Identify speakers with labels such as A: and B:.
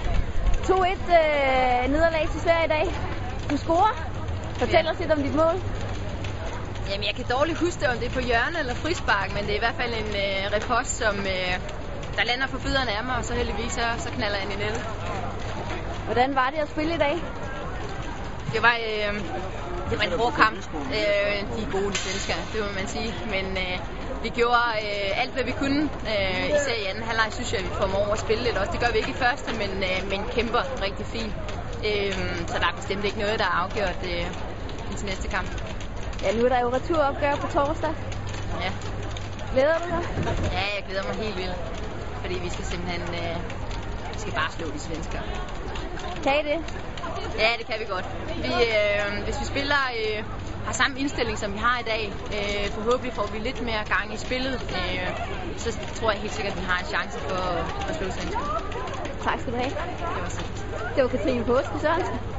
A: 2-1 øh, nederlag til Sverige i dag. Du scorer. Fortæl
B: Ja.
A: os lidt om dit mål.
B: Jamen, jeg kan dårligt huske det, om det er på hjørne eller frispark, men det er i hvert fald en øh, repost, som øh, der lander for fødderne af mig, og så heldigvis så, så knaller jeg den i nettet.
A: Hvordan var det at spille i dag?
B: Det var, øh, det var en hård kamp. Øh, de er gode, de svenskere, det må man sige. Men øh, vi gjorde øh, alt, hvad vi kunne. Øh, især i anden halvleg synes jeg, at vi formår at spille lidt også. Det gør vi ikke i første, men, øh, men kæmper rigtig fint. Øh, så der er bestemt ikke noget, der er afgjort øh, i til næste kamp.
A: Ja, nu er der jo returopgør på torsdag.
B: Ja.
A: Glæder du dig?
B: ja, jeg glæder mig helt vildt. Fordi vi skal simpelthen øh, vi skal bare slå de svenskere.
A: Kan I det?
B: Ja, det kan vi godt. Vi, øh, hvis vi spiller øh, har samme indstilling, som vi har i dag, øh, forhåbentlig får vi lidt mere gang i spillet, øh, så tror jeg helt sikkert, at vi har en chance for, for at slå svenskerne.
A: Tak skal du have.
B: Det var sådan.
A: Det var Katrine Påske Sørensen.